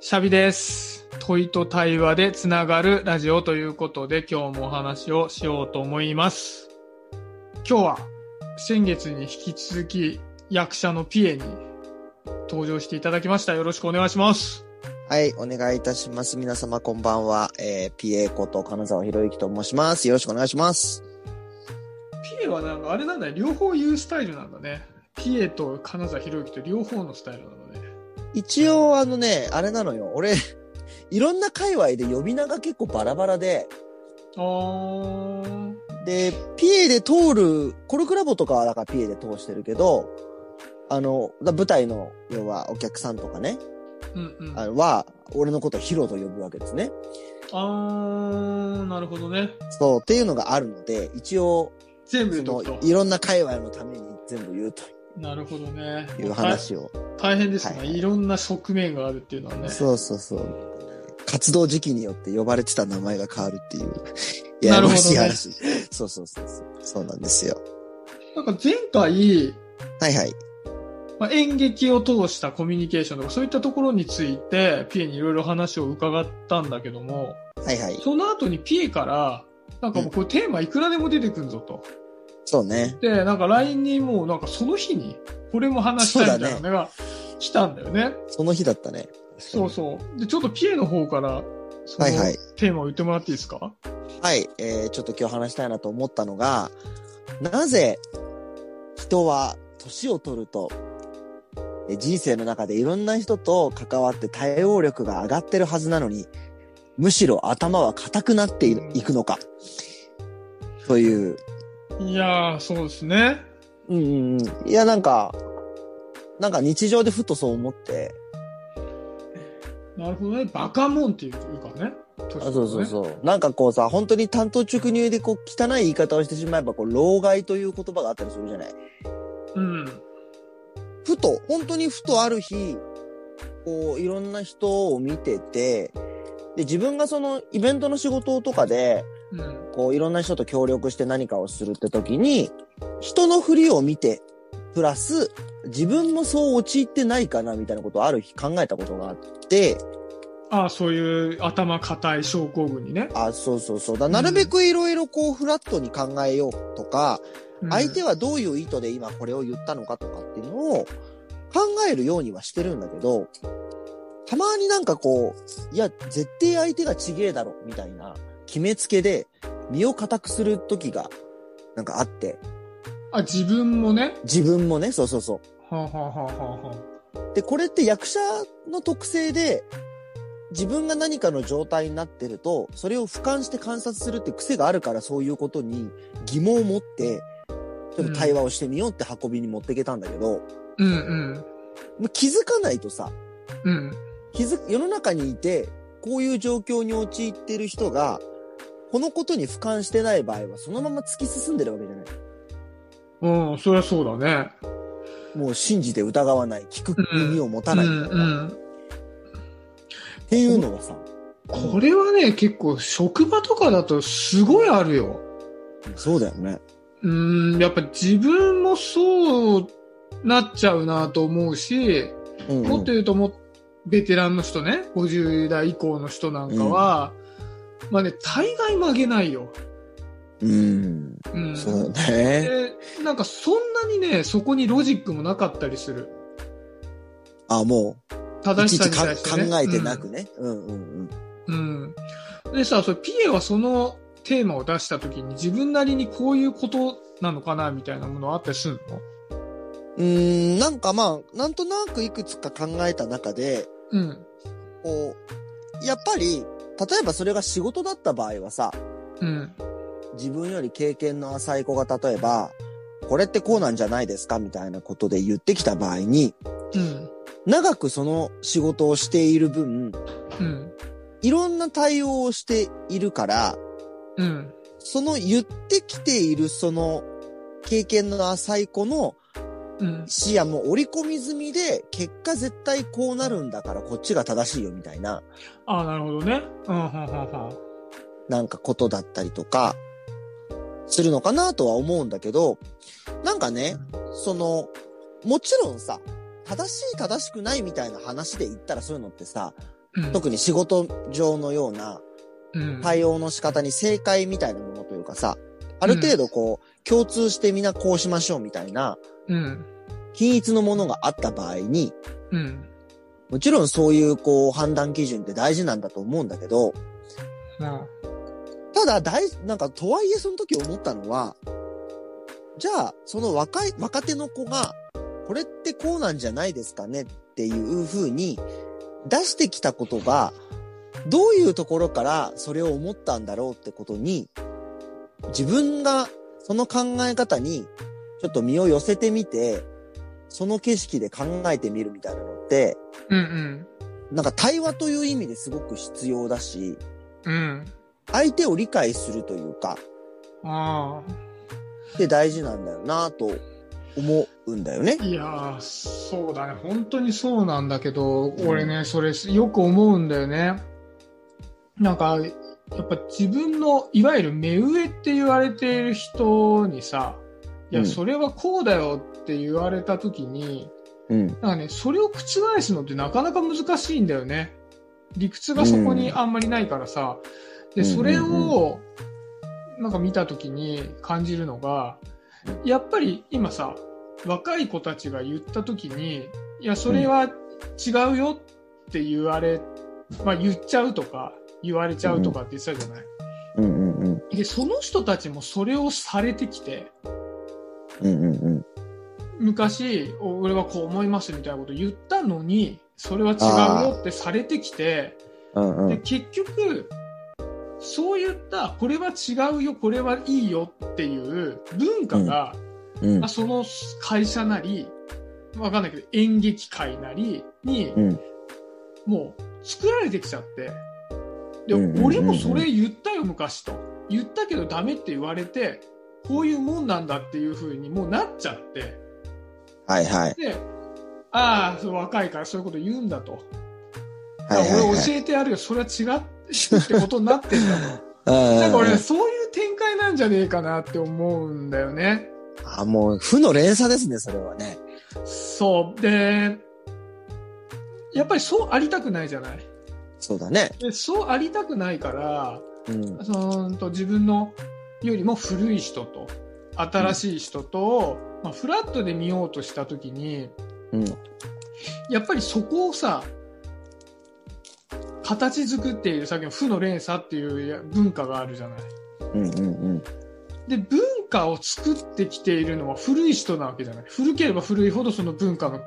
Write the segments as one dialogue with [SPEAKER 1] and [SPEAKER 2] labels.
[SPEAKER 1] シャビです。問いと対話でつながるラジオということで今日もお話をしようと思います。今日は先月に引き続き役者のピエに登場していただきました。よろしくお願いします。
[SPEAKER 2] はい、お願いいたします。皆様こんばんは。えー、PA こと金沢博之と申します。よろしくお願いします。
[SPEAKER 1] ピエはなんかあれなんだね、両方言うスタイルなんだね。ピエと金沢博之と両方のスタイルなんだね。
[SPEAKER 2] 一応あのね、あれなのよ。俺、いろんな界隈で呼び名が結構バラバラで、
[SPEAKER 1] あー、
[SPEAKER 2] で、PA で通る、コルクラボとかはだから PA で通してるけど、あの、だ舞台の、要はお客さんとかね、
[SPEAKER 1] うんうん。
[SPEAKER 2] あ
[SPEAKER 1] あ
[SPEAKER 2] のは、俺のことをヒロと呼ぶわけですね。
[SPEAKER 1] ー、なるほどね。
[SPEAKER 2] そう、っていうのがあるので、一応、
[SPEAKER 1] 全部
[SPEAKER 2] そ
[SPEAKER 1] 言うと
[SPEAKER 2] の
[SPEAKER 1] くと、。
[SPEAKER 2] いろんな界隈のために全部言うと
[SPEAKER 1] なるほどね。
[SPEAKER 2] いう話を。
[SPEAKER 1] 大変ですね、
[SPEAKER 2] はいいはい
[SPEAKER 1] ろんな側面があるっていうのはね。
[SPEAKER 2] そうそうそう。活動時期によって呼ばれてた名前が変わ るっていう、や
[SPEAKER 1] な
[SPEAKER 2] や
[SPEAKER 1] るほどね
[SPEAKER 2] ましい話。そうそうそうそう。そうなんですよ。
[SPEAKER 1] なんか前回、
[SPEAKER 2] はいはい。
[SPEAKER 1] まあ、演劇を通したコミュニケーションとかそういったところについて、ピエにいろいろ話を伺ったんだけども、
[SPEAKER 2] はいはい。
[SPEAKER 1] その後にピエから、なんかもうこれテーマいくらでも出てくんぞと。
[SPEAKER 2] そうね。
[SPEAKER 1] で、なんか LINE にもうなんかその日に、これも話したいみたいなのが来たんだよね。
[SPEAKER 2] その日だったね。
[SPEAKER 1] そうそう。で、ちょっとピエの方から、その
[SPEAKER 2] はいはい
[SPEAKER 1] テーマを言ってもらっていいですか、
[SPEAKER 2] はい。えー、ちょっと今日話したいなと思ったのが、なぜ人は年を取ると、えー人生の中でいろんな人と関わって対応力が上がってるはずなのに、むしろ頭は固くなっていいくのか。という
[SPEAKER 1] い、やー、そうですね。
[SPEAKER 2] うんうんうん。いや、なんか、なんか日常でふとそう思って、
[SPEAKER 1] なるほどね。バカモンっていうかね。
[SPEAKER 2] あそうそう
[SPEAKER 1] う。
[SPEAKER 2] そう。なんかこうさ、本当に単刀直入でこう汚い言い方をしてしまえば、こう、老害という言葉があったりするじゃない。
[SPEAKER 1] うん。
[SPEAKER 2] ふと、本当にふとある日、こう、いろんな人を見てて、で、自分がそのイベントの仕事とかで、
[SPEAKER 1] うん。
[SPEAKER 2] こう、いろんな人と協力して何かをするって時に、人のふりを見て、プラス、自分もそう陥ってないかな、みたいなことをある日考えたことがあって、
[SPEAKER 1] ああ、そういう頭固い症候群にね。
[SPEAKER 2] あ、そうそうそうだ。なるべくいろいろこう、フラットに考えようとか、
[SPEAKER 1] うん
[SPEAKER 2] 相手はどういう意図で今これを言ったのかとかっていうのを考えるようにはしてるんだけど、たまになんかこう、いや、絶対相手がちげえだろ、みたいな決めつけで身を固くする時が、なんかあって、
[SPEAKER 1] あ、自分もね。
[SPEAKER 2] 自分もね、そうそうそう。
[SPEAKER 1] はあ、はあはあは
[SPEAKER 2] で、これって役者の特性で、自分が何かの状態になってると、それを俯瞰して観察するって癖があるから、そういうことに疑問を持って、ちょっと対話をしてみようって運びに持っていけたんだけど、も
[SPEAKER 1] あ、うんうん。
[SPEAKER 2] う気づかないとさ、
[SPEAKER 1] うん。
[SPEAKER 2] 気づく、世の中にいて、こういう状況に陥ってる人が、このことに俯瞰してない場合は、そのまま突き進んでるわけじゃない。
[SPEAKER 1] うん、そりゃそうだね。
[SPEAKER 2] もう信じて疑わない、聞く耳を持た
[SPEAKER 1] う
[SPEAKER 2] ない、
[SPEAKER 1] んうん。
[SPEAKER 2] っていうのがさ、
[SPEAKER 1] これはね、結構職場とかだとすごいあるよ。
[SPEAKER 2] そうだよね。
[SPEAKER 1] うん、やっぱ自分もそうなっちゃうなと思うし、
[SPEAKER 2] うんうん
[SPEAKER 1] もっと言うともう、ベテランの人ね、50代以降の人なんかは、まあね、大概曲げないよ。
[SPEAKER 2] うん。
[SPEAKER 1] うん。
[SPEAKER 2] そうだね。
[SPEAKER 1] で、なんかそんなにね、そこにロジックもなかったりする。
[SPEAKER 2] あ、もう、い
[SPEAKER 1] 正
[SPEAKER 2] ち
[SPEAKER 1] し
[SPEAKER 2] い
[SPEAKER 1] さ
[SPEAKER 2] ち
[SPEAKER 1] に
[SPEAKER 2] か
[SPEAKER 1] 対して、ね。
[SPEAKER 2] 考えてなくね。うんうん
[SPEAKER 1] うん。うん。でさ、それピエはそのテーマを出した時に自分なりにこういうことなのかなみたいなものはあったりするの
[SPEAKER 2] うん。うーん、なんかまあ、なんとなくいくつか考えた中で、
[SPEAKER 1] うん。
[SPEAKER 2] こう、やっぱり、例えばそれが仕事だった場合はさ、
[SPEAKER 1] うん。
[SPEAKER 2] 自分より経験の浅い子が例えば、これってこうなんじゃないですかみたいなことで言ってきた場合に、
[SPEAKER 1] うん。
[SPEAKER 2] 長くその仕事をしている分、
[SPEAKER 1] うん。
[SPEAKER 2] いろんな対応をしているから、
[SPEAKER 1] うん。
[SPEAKER 2] その言ってきているその経験の浅い子の
[SPEAKER 1] うん。
[SPEAKER 2] 視野も織り込み済みで、結果絶対こうなるんだからこっちが正しいよみたいな、
[SPEAKER 1] ああ、なるほどね。うん、はんはんはん。
[SPEAKER 2] なんかことだったりとか、するのかなとは思うんだけど、なんかね、その、もちろんさ、正しい正しくないみたいな話で言ったらそういうのってさ、
[SPEAKER 1] うん
[SPEAKER 2] 特に仕事上のような
[SPEAKER 1] うん
[SPEAKER 2] 対応の仕方に正解みたいなものというかさ、ある程度こう、共通してみんなこうしましょうみたいな、
[SPEAKER 1] うん
[SPEAKER 2] 均一のものがあった場合に、
[SPEAKER 1] うん
[SPEAKER 2] もちろんそういうこう判断基準って大事なんだと思うんだけど、
[SPEAKER 1] な
[SPEAKER 2] ただ大、なんかとはいえその時思ったのは、じゃあその若い、若手の子が、これってこうなんじゃないですかねっていう風に出してきたことが、どういうところからそれを思ったんだろうってことに、自分がその考え方にちょっと身を寄せてみて、その景色で考えてみるみたいなのって、
[SPEAKER 1] うん
[SPEAKER 2] なんか対話という意味ですごく必要だし、
[SPEAKER 1] うんうん
[SPEAKER 2] 相手を理解するというか、
[SPEAKER 1] あ
[SPEAKER 2] って大事なんだよなと思うんだよね
[SPEAKER 1] あ。いやーそうだね本当にそうなんだけど俺ねそれよく思うんだよねなんかやっぱ自分のいわゆる目上って言われている人にさいうや
[SPEAKER 2] ん
[SPEAKER 1] それはこうだよって言われた時に、
[SPEAKER 2] うん。
[SPEAKER 1] なんかね、それを覆すのってなかなか難しいんだよね。理屈がそこにあんまりないからさ。
[SPEAKER 2] ん
[SPEAKER 1] で、
[SPEAKER 2] うんうん
[SPEAKER 1] それを、なんか見たときに感じるのが、やっぱり今さ、若い子たちが言ったときに、いや、それは違うよって言われ、まあ言っちゃうとか、言われちゃうとかって言ってたじゃない。
[SPEAKER 2] うんうんうん。
[SPEAKER 1] で、その人たちもそれをされてきて、
[SPEAKER 2] うんうんうん。
[SPEAKER 1] 昔お俺はこう思いますみたいなこと言ったのにそれは違うよってされてきて
[SPEAKER 2] うんう
[SPEAKER 1] で
[SPEAKER 2] ん。
[SPEAKER 1] 結局そういったこれは違うよこれはいいよっていう文化が、
[SPEAKER 2] うん
[SPEAKER 1] まあ、その会社なりわかんないけど演劇界なりに
[SPEAKER 2] うん
[SPEAKER 1] もう作られてきちゃってで
[SPEAKER 2] うんうんうんうん
[SPEAKER 1] 俺もそれ言ったよ昔と言ったけどダメって言われてこういうもんなんだっていう風にもうなっちゃって。
[SPEAKER 2] はいはい。
[SPEAKER 1] で、ああ、そう若いからそういうこと言うんだと。
[SPEAKER 2] はいはい
[SPEAKER 1] 俺
[SPEAKER 2] はい。
[SPEAKER 1] 教えてやるよ、それは違うってことになってんだと。なんか
[SPEAKER 2] うんうんう
[SPEAKER 1] 俺、
[SPEAKER 2] ん
[SPEAKER 1] そういう展開なんじゃねえかなって思うんだよね。
[SPEAKER 2] あ、もう、負の連鎖ですね、それはね。
[SPEAKER 1] そう。で、やっぱりそうありたくないじゃない。
[SPEAKER 2] そうだね。
[SPEAKER 1] でそうありたくないから、
[SPEAKER 2] うん。
[SPEAKER 1] そのうんと自分のよりも古い人と、新しい人と、まあ、フラットで見ようとしたときに、
[SPEAKER 2] うん。
[SPEAKER 1] やっぱりそこをさ、形作っている、さっきの負の連鎖っていうや文化があるじゃない。
[SPEAKER 2] うんうんうん。
[SPEAKER 1] で、文化を作ってきているのは古い人なわけじゃない。古ければ古いほどその文化の、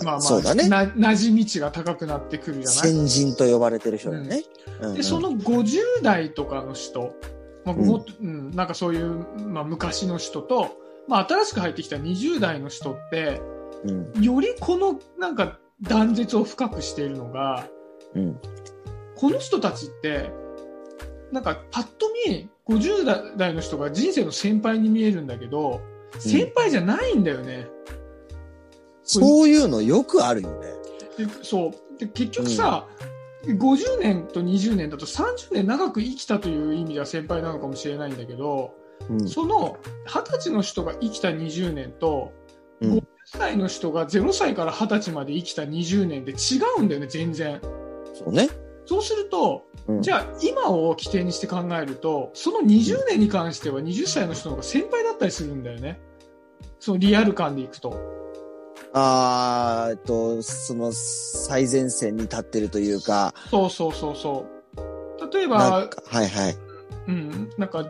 [SPEAKER 1] まあまあ、
[SPEAKER 2] あ、そうだね。
[SPEAKER 1] な馴染み値が高くなってくるじゃない。
[SPEAKER 2] 先人と呼ばれてる人だね。うんうん
[SPEAKER 1] で、その50代とかの人、まあ
[SPEAKER 2] うん
[SPEAKER 1] もっとうんなんかそういう、まあ、昔の人と、まあ、新しく入ってきた20代の人って、
[SPEAKER 2] うん
[SPEAKER 1] よりこのなんか断絶を深くしているのが、
[SPEAKER 2] うん。
[SPEAKER 1] この人たちって、なんかパッと見、50代の人が人生の先輩に見えるんだけど、先輩じゃないんだよね。
[SPEAKER 2] そういうのよくあるよね。
[SPEAKER 1] でそうで結局さ、50年と20年だと30年長く生きたという意味では先輩なのかもしれないんだけど、
[SPEAKER 2] うん。
[SPEAKER 1] その20歳の人が生きた20年と、
[SPEAKER 2] うん
[SPEAKER 1] 50歳の人が0歳から20歳まで生きた20年って違うんだよね、全然。
[SPEAKER 2] そうね。
[SPEAKER 1] そうすると、
[SPEAKER 2] うん
[SPEAKER 1] じゃあ今を起点にして考えるとその20年に関しては20歳の人の方が先輩だったりするんだよねそのリアル感でいくと
[SPEAKER 2] あーえっと、その、最前線に立ってるというか、
[SPEAKER 1] そうそうそうそう例え
[SPEAKER 2] な
[SPEAKER 1] ば
[SPEAKER 2] んか、はいはい。
[SPEAKER 1] うんなんか、ま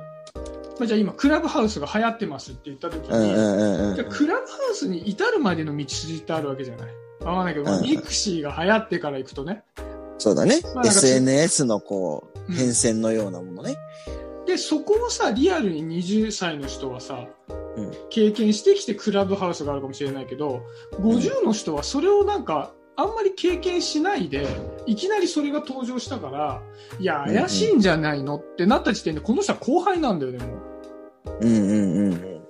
[SPEAKER 1] あ、じゃあ今クラブハウスが流行ってますって言った時に、
[SPEAKER 2] うんうんうんうん
[SPEAKER 1] じゃあクラブハウスに至るまでの道筋ってあるわけじゃないわかんないけど、まあ
[SPEAKER 2] うん
[SPEAKER 1] ミクシーが流行ってから行くとね
[SPEAKER 2] そうだね
[SPEAKER 1] まあなん。か
[SPEAKER 2] SNS のこ
[SPEAKER 1] う
[SPEAKER 2] う、
[SPEAKER 1] ん
[SPEAKER 2] 変遷のようなものね。
[SPEAKER 1] でそこをさリアルに20歳の人はさ、
[SPEAKER 2] うん
[SPEAKER 1] 経験してきてクラブハウスがあるかもしれないけど50の人はそれをなんかあんまり経験しないでいきなりそれが登場したからいや
[SPEAKER 2] うんうん
[SPEAKER 1] 怪しいんじゃないのってなった時点でこの人は後輩なんだよねも
[SPEAKER 2] うんうんうんうんうん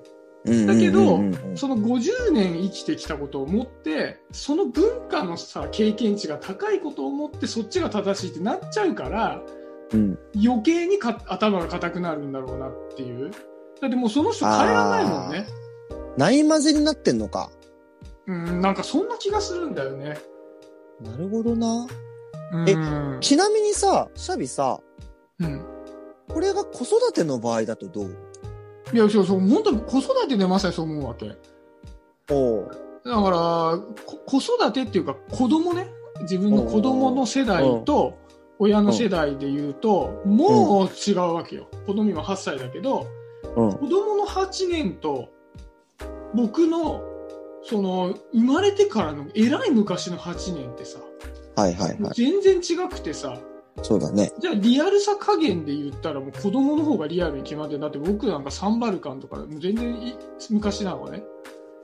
[SPEAKER 2] うん。
[SPEAKER 1] だけど
[SPEAKER 2] うんうん
[SPEAKER 1] うその50年生きてきたことを持ってその文化のさ経験値が高いことを持ってそっちが正しいってなっちゃうから
[SPEAKER 2] うん。
[SPEAKER 1] 余計にか頭が硬くなるんだろうなっていうだってもうその人変えられないもんね
[SPEAKER 2] ない混ぜになってんのか。
[SPEAKER 1] うん、なんかそんな気がするんだよね。
[SPEAKER 2] なるほどな。え
[SPEAKER 1] うん
[SPEAKER 2] ちなみにさ、シャビさ、
[SPEAKER 1] うん。
[SPEAKER 2] これが子育ての場合だとどう
[SPEAKER 1] いや、そうそう、本当に子育てでまさにそう思うわけ。だか
[SPEAKER 2] おう
[SPEAKER 1] ら、こ子育てっていうか子供ね、自分の子供の世代と親の世代で言うと、もう違うわけよ。子供今8歳だけど、
[SPEAKER 2] うん。
[SPEAKER 1] 子供の8年と僕のその生まれてからのえらい昔の8年ってさ、
[SPEAKER 2] はいはい
[SPEAKER 1] も
[SPEAKER 2] は
[SPEAKER 1] う
[SPEAKER 2] い。
[SPEAKER 1] 全然違くてさ、
[SPEAKER 2] そうだね。
[SPEAKER 1] じゃあリアルさ加減で言ったらもう子供の方がリアルに決まってるだって僕なんかサンバルカンとかもう全然い昔なのね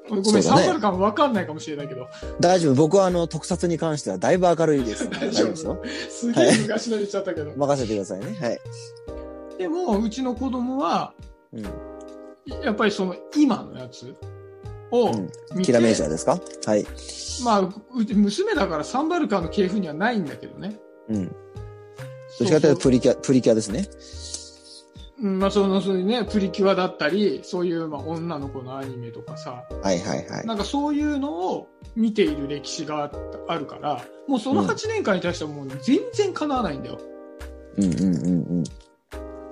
[SPEAKER 1] ごめん、
[SPEAKER 2] そうだ
[SPEAKER 1] サ
[SPEAKER 2] ね
[SPEAKER 1] ンバルカンわかんないかもしれないけど
[SPEAKER 2] 大丈夫。僕はあの、特撮に関してはだいぶ明るいですから。
[SPEAKER 1] 大
[SPEAKER 2] 大
[SPEAKER 1] 丈
[SPEAKER 2] 丈
[SPEAKER 1] 夫
[SPEAKER 2] 夫です
[SPEAKER 1] す
[SPEAKER 2] よ。
[SPEAKER 1] げえ昔の言っちゃったけど、
[SPEAKER 2] 任せてくださいね。はい。
[SPEAKER 1] でもうちの子供は
[SPEAKER 2] うん。
[SPEAKER 1] やっぱりその今のやつを
[SPEAKER 2] うん
[SPEAKER 1] 見
[SPEAKER 2] キ
[SPEAKER 1] て、
[SPEAKER 2] ラメージャーですかはい。
[SPEAKER 1] まあううち娘だからサンバルカンの系譜にはないんだけどね
[SPEAKER 2] うん。どっちかというと
[SPEAKER 1] そう
[SPEAKER 2] プリキュア、プリキュアですね。
[SPEAKER 1] そううんまあそのそういうねプリキュアだったりそういうまあ女の子のアニメとかさ、
[SPEAKER 2] はいはいはい。
[SPEAKER 1] なんかそういうのを見ている歴史があったあるから、もうその
[SPEAKER 2] うん
[SPEAKER 1] 8年間に対してはもう全然かなわないんだよ。
[SPEAKER 2] うんうんうんうん。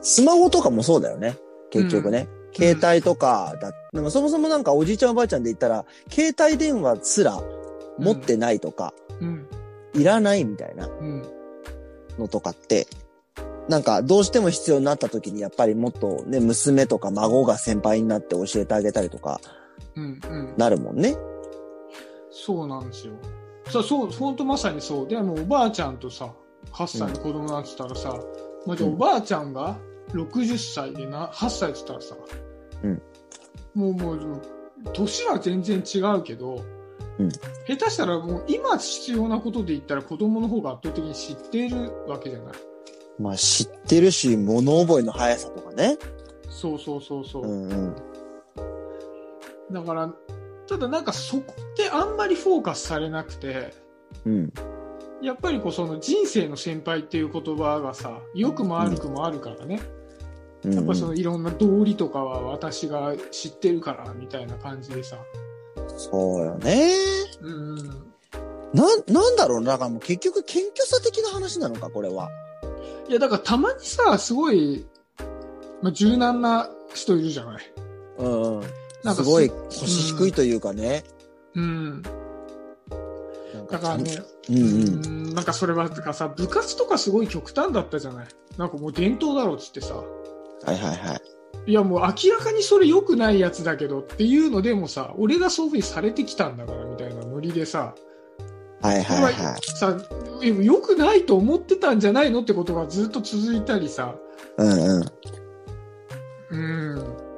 [SPEAKER 2] スマホとかもそうだよね。結局ね。携帯とかだ、でもそもそもなんかおじいちゃんおばあちゃんで言ったら、携帯電話すら持ってないとか、
[SPEAKER 1] うん。
[SPEAKER 2] いらないみたいな
[SPEAKER 1] うん。
[SPEAKER 2] のとかって、なんかどうしても必要になった時にやっぱりもっとね、娘とか孫が先輩になって教えてあげたりとか
[SPEAKER 1] うん。うん。
[SPEAKER 2] なるもんね。
[SPEAKER 1] そうなんですよ。さそう、ほんとまさにそう。でもうおばあちゃんとさ、8歳の子供なんて言ったらさ、まあ、じゃあ
[SPEAKER 2] うん
[SPEAKER 1] おばあちゃんが60歳でな、8歳って言ったらさ、
[SPEAKER 2] うん
[SPEAKER 1] もうもう、もう年は全然違うけど、
[SPEAKER 2] うん
[SPEAKER 1] 下手したらもう今必要なことで言ったら子供の方が圧倒的に知っているわけじゃない。
[SPEAKER 2] まあ知ってるし、物覚えの速さとかね。
[SPEAKER 1] そうそうそうそう。
[SPEAKER 2] うんうん。
[SPEAKER 1] だから、ただなんかそこってあんまりフォーカスされなくて、
[SPEAKER 2] うん。
[SPEAKER 1] やっぱりこうその人生の先輩っていう言葉がさ、良くも悪くもあるからね、
[SPEAKER 2] うん
[SPEAKER 1] やっぱ
[SPEAKER 2] うん
[SPEAKER 1] そのいろんな道理とかは私が知ってるからみたいな感じでさ、
[SPEAKER 2] そうよね。
[SPEAKER 1] うん、うん
[SPEAKER 2] なん、なんだろうな。だからもう結局謙虚さ的な話なのか、これは。
[SPEAKER 1] いやだからたまにさ、すごい、まあ、柔軟な人いるじゃない。
[SPEAKER 2] うん。
[SPEAKER 1] なんか
[SPEAKER 2] すごい腰低いというかね。
[SPEAKER 1] うん、
[SPEAKER 2] なん
[SPEAKER 1] だ
[SPEAKER 2] ち
[SPEAKER 1] か
[SPEAKER 2] ゃ
[SPEAKER 1] ら
[SPEAKER 2] んと
[SPEAKER 1] ね、
[SPEAKER 2] うんうん。
[SPEAKER 1] うんなんかそれはてかさ、部活とかすごい極端だったじゃない。なんかもう伝統だろうっつってさ。
[SPEAKER 2] はいはいはい。
[SPEAKER 1] いやもう明らかにそれ良くないやつだけどっていうのでもさ俺がそういうふうにされてきたんだからみたいなノリでさ
[SPEAKER 2] はいはいはい。
[SPEAKER 1] さ良くないと思ってたんじゃないのってことがずっと続いたりさ
[SPEAKER 2] うんうん。
[SPEAKER 1] うん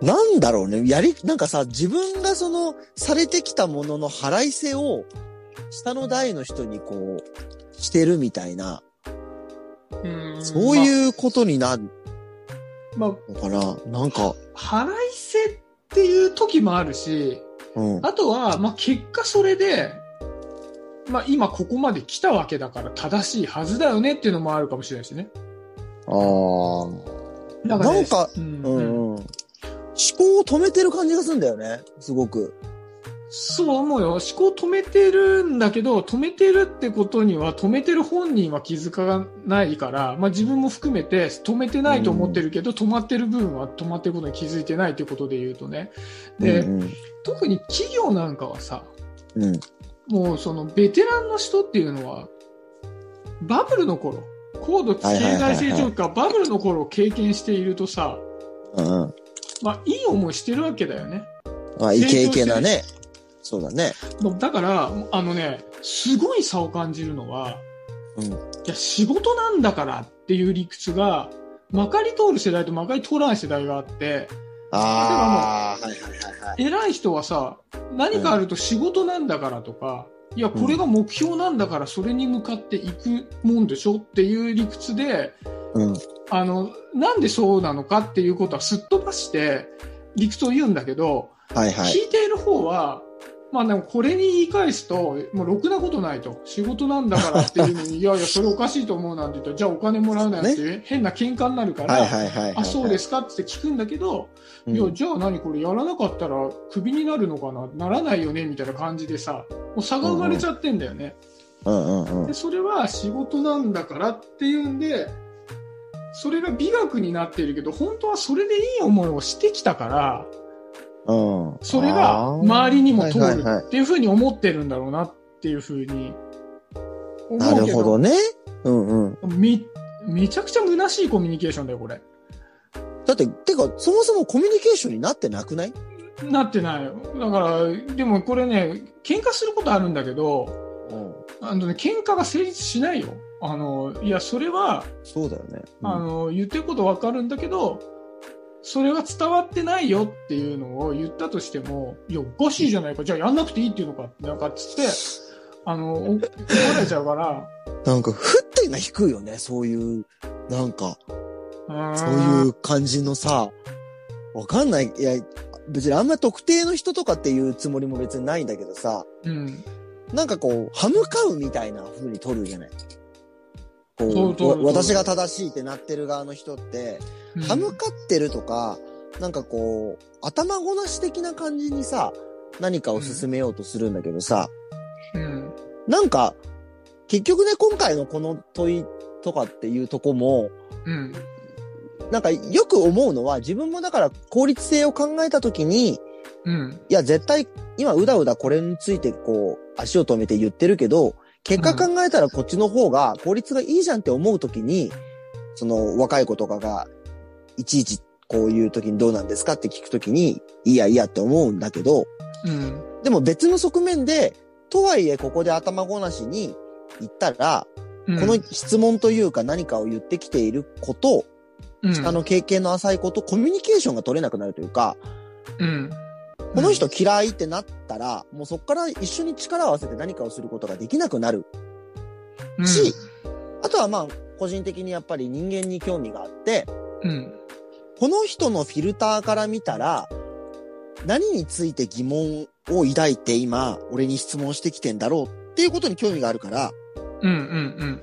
[SPEAKER 2] なんだろうね。やり、なんかさ、自分がその、されてきたものの腹いせを、下の代の人にこう、してるみたいな、
[SPEAKER 1] うん
[SPEAKER 2] そういうことになる
[SPEAKER 1] まあ、ま
[SPEAKER 2] のかな。なんか、
[SPEAKER 1] あ、腹いせっていう時もあるし
[SPEAKER 2] うん。
[SPEAKER 1] あとは、まあ、結果それで、まあ、今ここまで来たわけだから正しいはずだよねっていうのもあるかもしれないしねだ
[SPEAKER 2] ああ。
[SPEAKER 1] らね
[SPEAKER 2] なんか、
[SPEAKER 1] うん
[SPEAKER 2] う
[SPEAKER 1] うん
[SPEAKER 2] んうん。思考を止めてる感じがするんだよね。すごく。
[SPEAKER 1] そう思うよ。思考止めてるんだけど、止めてるってことには、止めてる本人は気づかないから、まあ自分も含めて、止めてないと思ってるけど、止まってる部分は止まってることに気づいてないってことで言うとね。で、
[SPEAKER 2] うんうん
[SPEAKER 1] 特に企業なんかはさ、
[SPEAKER 2] うん。
[SPEAKER 1] もうそのベテランの人っていうのは、バブルの頃、高度経済成長期かバブルの頃を経験しているとさ、
[SPEAKER 2] うんうん。
[SPEAKER 1] まあいい思いしてるわけだよね。
[SPEAKER 2] まあ、イケイケなね。そうだね。
[SPEAKER 1] もうだから、あのね、すごい差を感じるのは、
[SPEAKER 2] うん
[SPEAKER 1] いや、仕事なんだからっていう理屈が、まかり通る世代とまかり通らない世代があって、
[SPEAKER 2] ああ、はいはいはいはい。
[SPEAKER 1] 偉い人はさ、何かあると仕事なんだからとか、いや、これが目標なんだからそれに向かっていくもんでしょっていう理屈で、
[SPEAKER 2] うん。
[SPEAKER 1] あの、なんでそうなのかっていうことはすっ飛ばして、理屈を言うんだけど、
[SPEAKER 2] はいはい。
[SPEAKER 1] 聞いている方は、まあでもこれに言い返すと、もうろくなことないと、仕事なんだからっていうの に、いやいや、それおかしいと思うなんて言ったら、じゃあお金もらうなよっていう変な喧嘩になるから、
[SPEAKER 2] はいはいはいはい。
[SPEAKER 1] あ、そうですかって聞くんだけど、
[SPEAKER 2] うん。
[SPEAKER 1] いや、じゃあ何これやらなかったらクビになるのかな、ならないよねみたいな感じでさ、もう差が生まれちゃってんだよね。
[SPEAKER 2] うんうんうん
[SPEAKER 1] で。それは仕事なんだからっていうんでそれが美学になっているけど本当はそれでいい思いをしてきたから
[SPEAKER 2] うん。
[SPEAKER 1] それが周りにも通
[SPEAKER 2] あーはい
[SPEAKER 1] る
[SPEAKER 2] はいはい
[SPEAKER 1] っていうふうに思ってるんだろうなっていうふうに
[SPEAKER 2] な
[SPEAKER 1] 思う
[SPEAKER 2] る
[SPEAKER 1] け
[SPEAKER 2] ほど
[SPEAKER 1] ど
[SPEAKER 2] ね。うんうん。
[SPEAKER 1] めめちゃくちゃ虚しいコミュニケーションだよこれ
[SPEAKER 2] だって、てか、そもそもコミュニケーションになってなくない
[SPEAKER 1] なってないよだからでもこれね喧嘩することあるんだけど
[SPEAKER 2] うん。
[SPEAKER 1] あの、ね、喧嘩が成立しないよあのいやそれは
[SPEAKER 2] そうだよね。うん
[SPEAKER 1] あの、言ってることわかるんだけど、それが伝わってないよっていうのを言ったとしても、いや、おかしいじゃないか、じゃあやんなくていいっていうのか、なんかっつって、あの、お怒られちゃうから、
[SPEAKER 2] なんか、沸点が低いよね。そういう、なんか、
[SPEAKER 1] うーん
[SPEAKER 2] そういう感じのさ、わかんない。いや、別にあんま特定の人とかっていうつもりも別にないんだけどさ、
[SPEAKER 1] うん。
[SPEAKER 2] なんかこう、歯向かうみたいな風に取るじゃない。こ
[SPEAKER 1] そう
[SPEAKER 2] う、
[SPEAKER 1] そう
[SPEAKER 2] わ
[SPEAKER 1] そう
[SPEAKER 2] 私が正しいってなってる側の人って、
[SPEAKER 1] うん
[SPEAKER 2] 歯向かってるとか、なんかこう、頭ごなし的な感じにさ、何かを進めようとするんだけどさ、
[SPEAKER 1] うん。
[SPEAKER 2] なんか、結局ね、今回のこの問いとかっていうとこも、
[SPEAKER 1] うん。
[SPEAKER 2] なんかよく思うのは、自分もだから効率性を考えたときに、い
[SPEAKER 1] うん。
[SPEAKER 2] や、絶対今うだうだこれについてこう、足を止めて言ってるけど、結果考えたらこっちの方が効率がいいじゃんって思うときに、その若い子とかが、いちいちこういうときにどうなんですかって聞くときに、いやいやって思うんだけど、
[SPEAKER 1] うん。
[SPEAKER 2] でも別の側面で、とはいえここで頭ごなしに言ったら、
[SPEAKER 1] うん
[SPEAKER 2] この、質問というか何かを言ってきていること、
[SPEAKER 1] うん
[SPEAKER 2] 下の経験の浅いこと、コミュニケーションが取れなくなるというか、
[SPEAKER 1] うん。
[SPEAKER 2] この人嫌いってなったら、もうそこから一緒に力を合わせて何かをすることができなくなる。
[SPEAKER 1] うん、
[SPEAKER 2] しあとはまあ、個人的にやっぱり人間に興味があって、
[SPEAKER 1] うん。
[SPEAKER 2] この人のフィルターから見たら、何について疑問を抱いて今、俺に質問してきてんだろうっていうことに興味があるから、
[SPEAKER 1] うん。うん。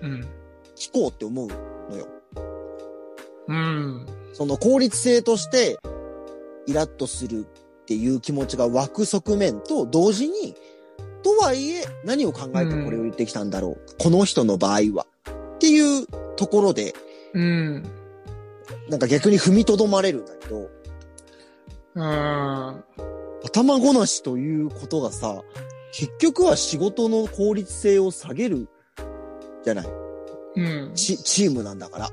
[SPEAKER 1] うん。
[SPEAKER 2] 聞こうって思う。
[SPEAKER 1] うん。うん。
[SPEAKER 2] その効率性として、イラッとするっていう気持ちが湧く側面と同時に、とはいえ、何を考えてこれを言ってきたんだろう。この人の場合は。っていうところで、
[SPEAKER 1] うん。
[SPEAKER 2] なんか逆に踏みとどまれるんだけど、
[SPEAKER 1] うん。
[SPEAKER 2] 頭ごなしということがさ、結局は仕事の効率性を下げるじゃない。
[SPEAKER 1] うん。
[SPEAKER 2] チチームなんだから。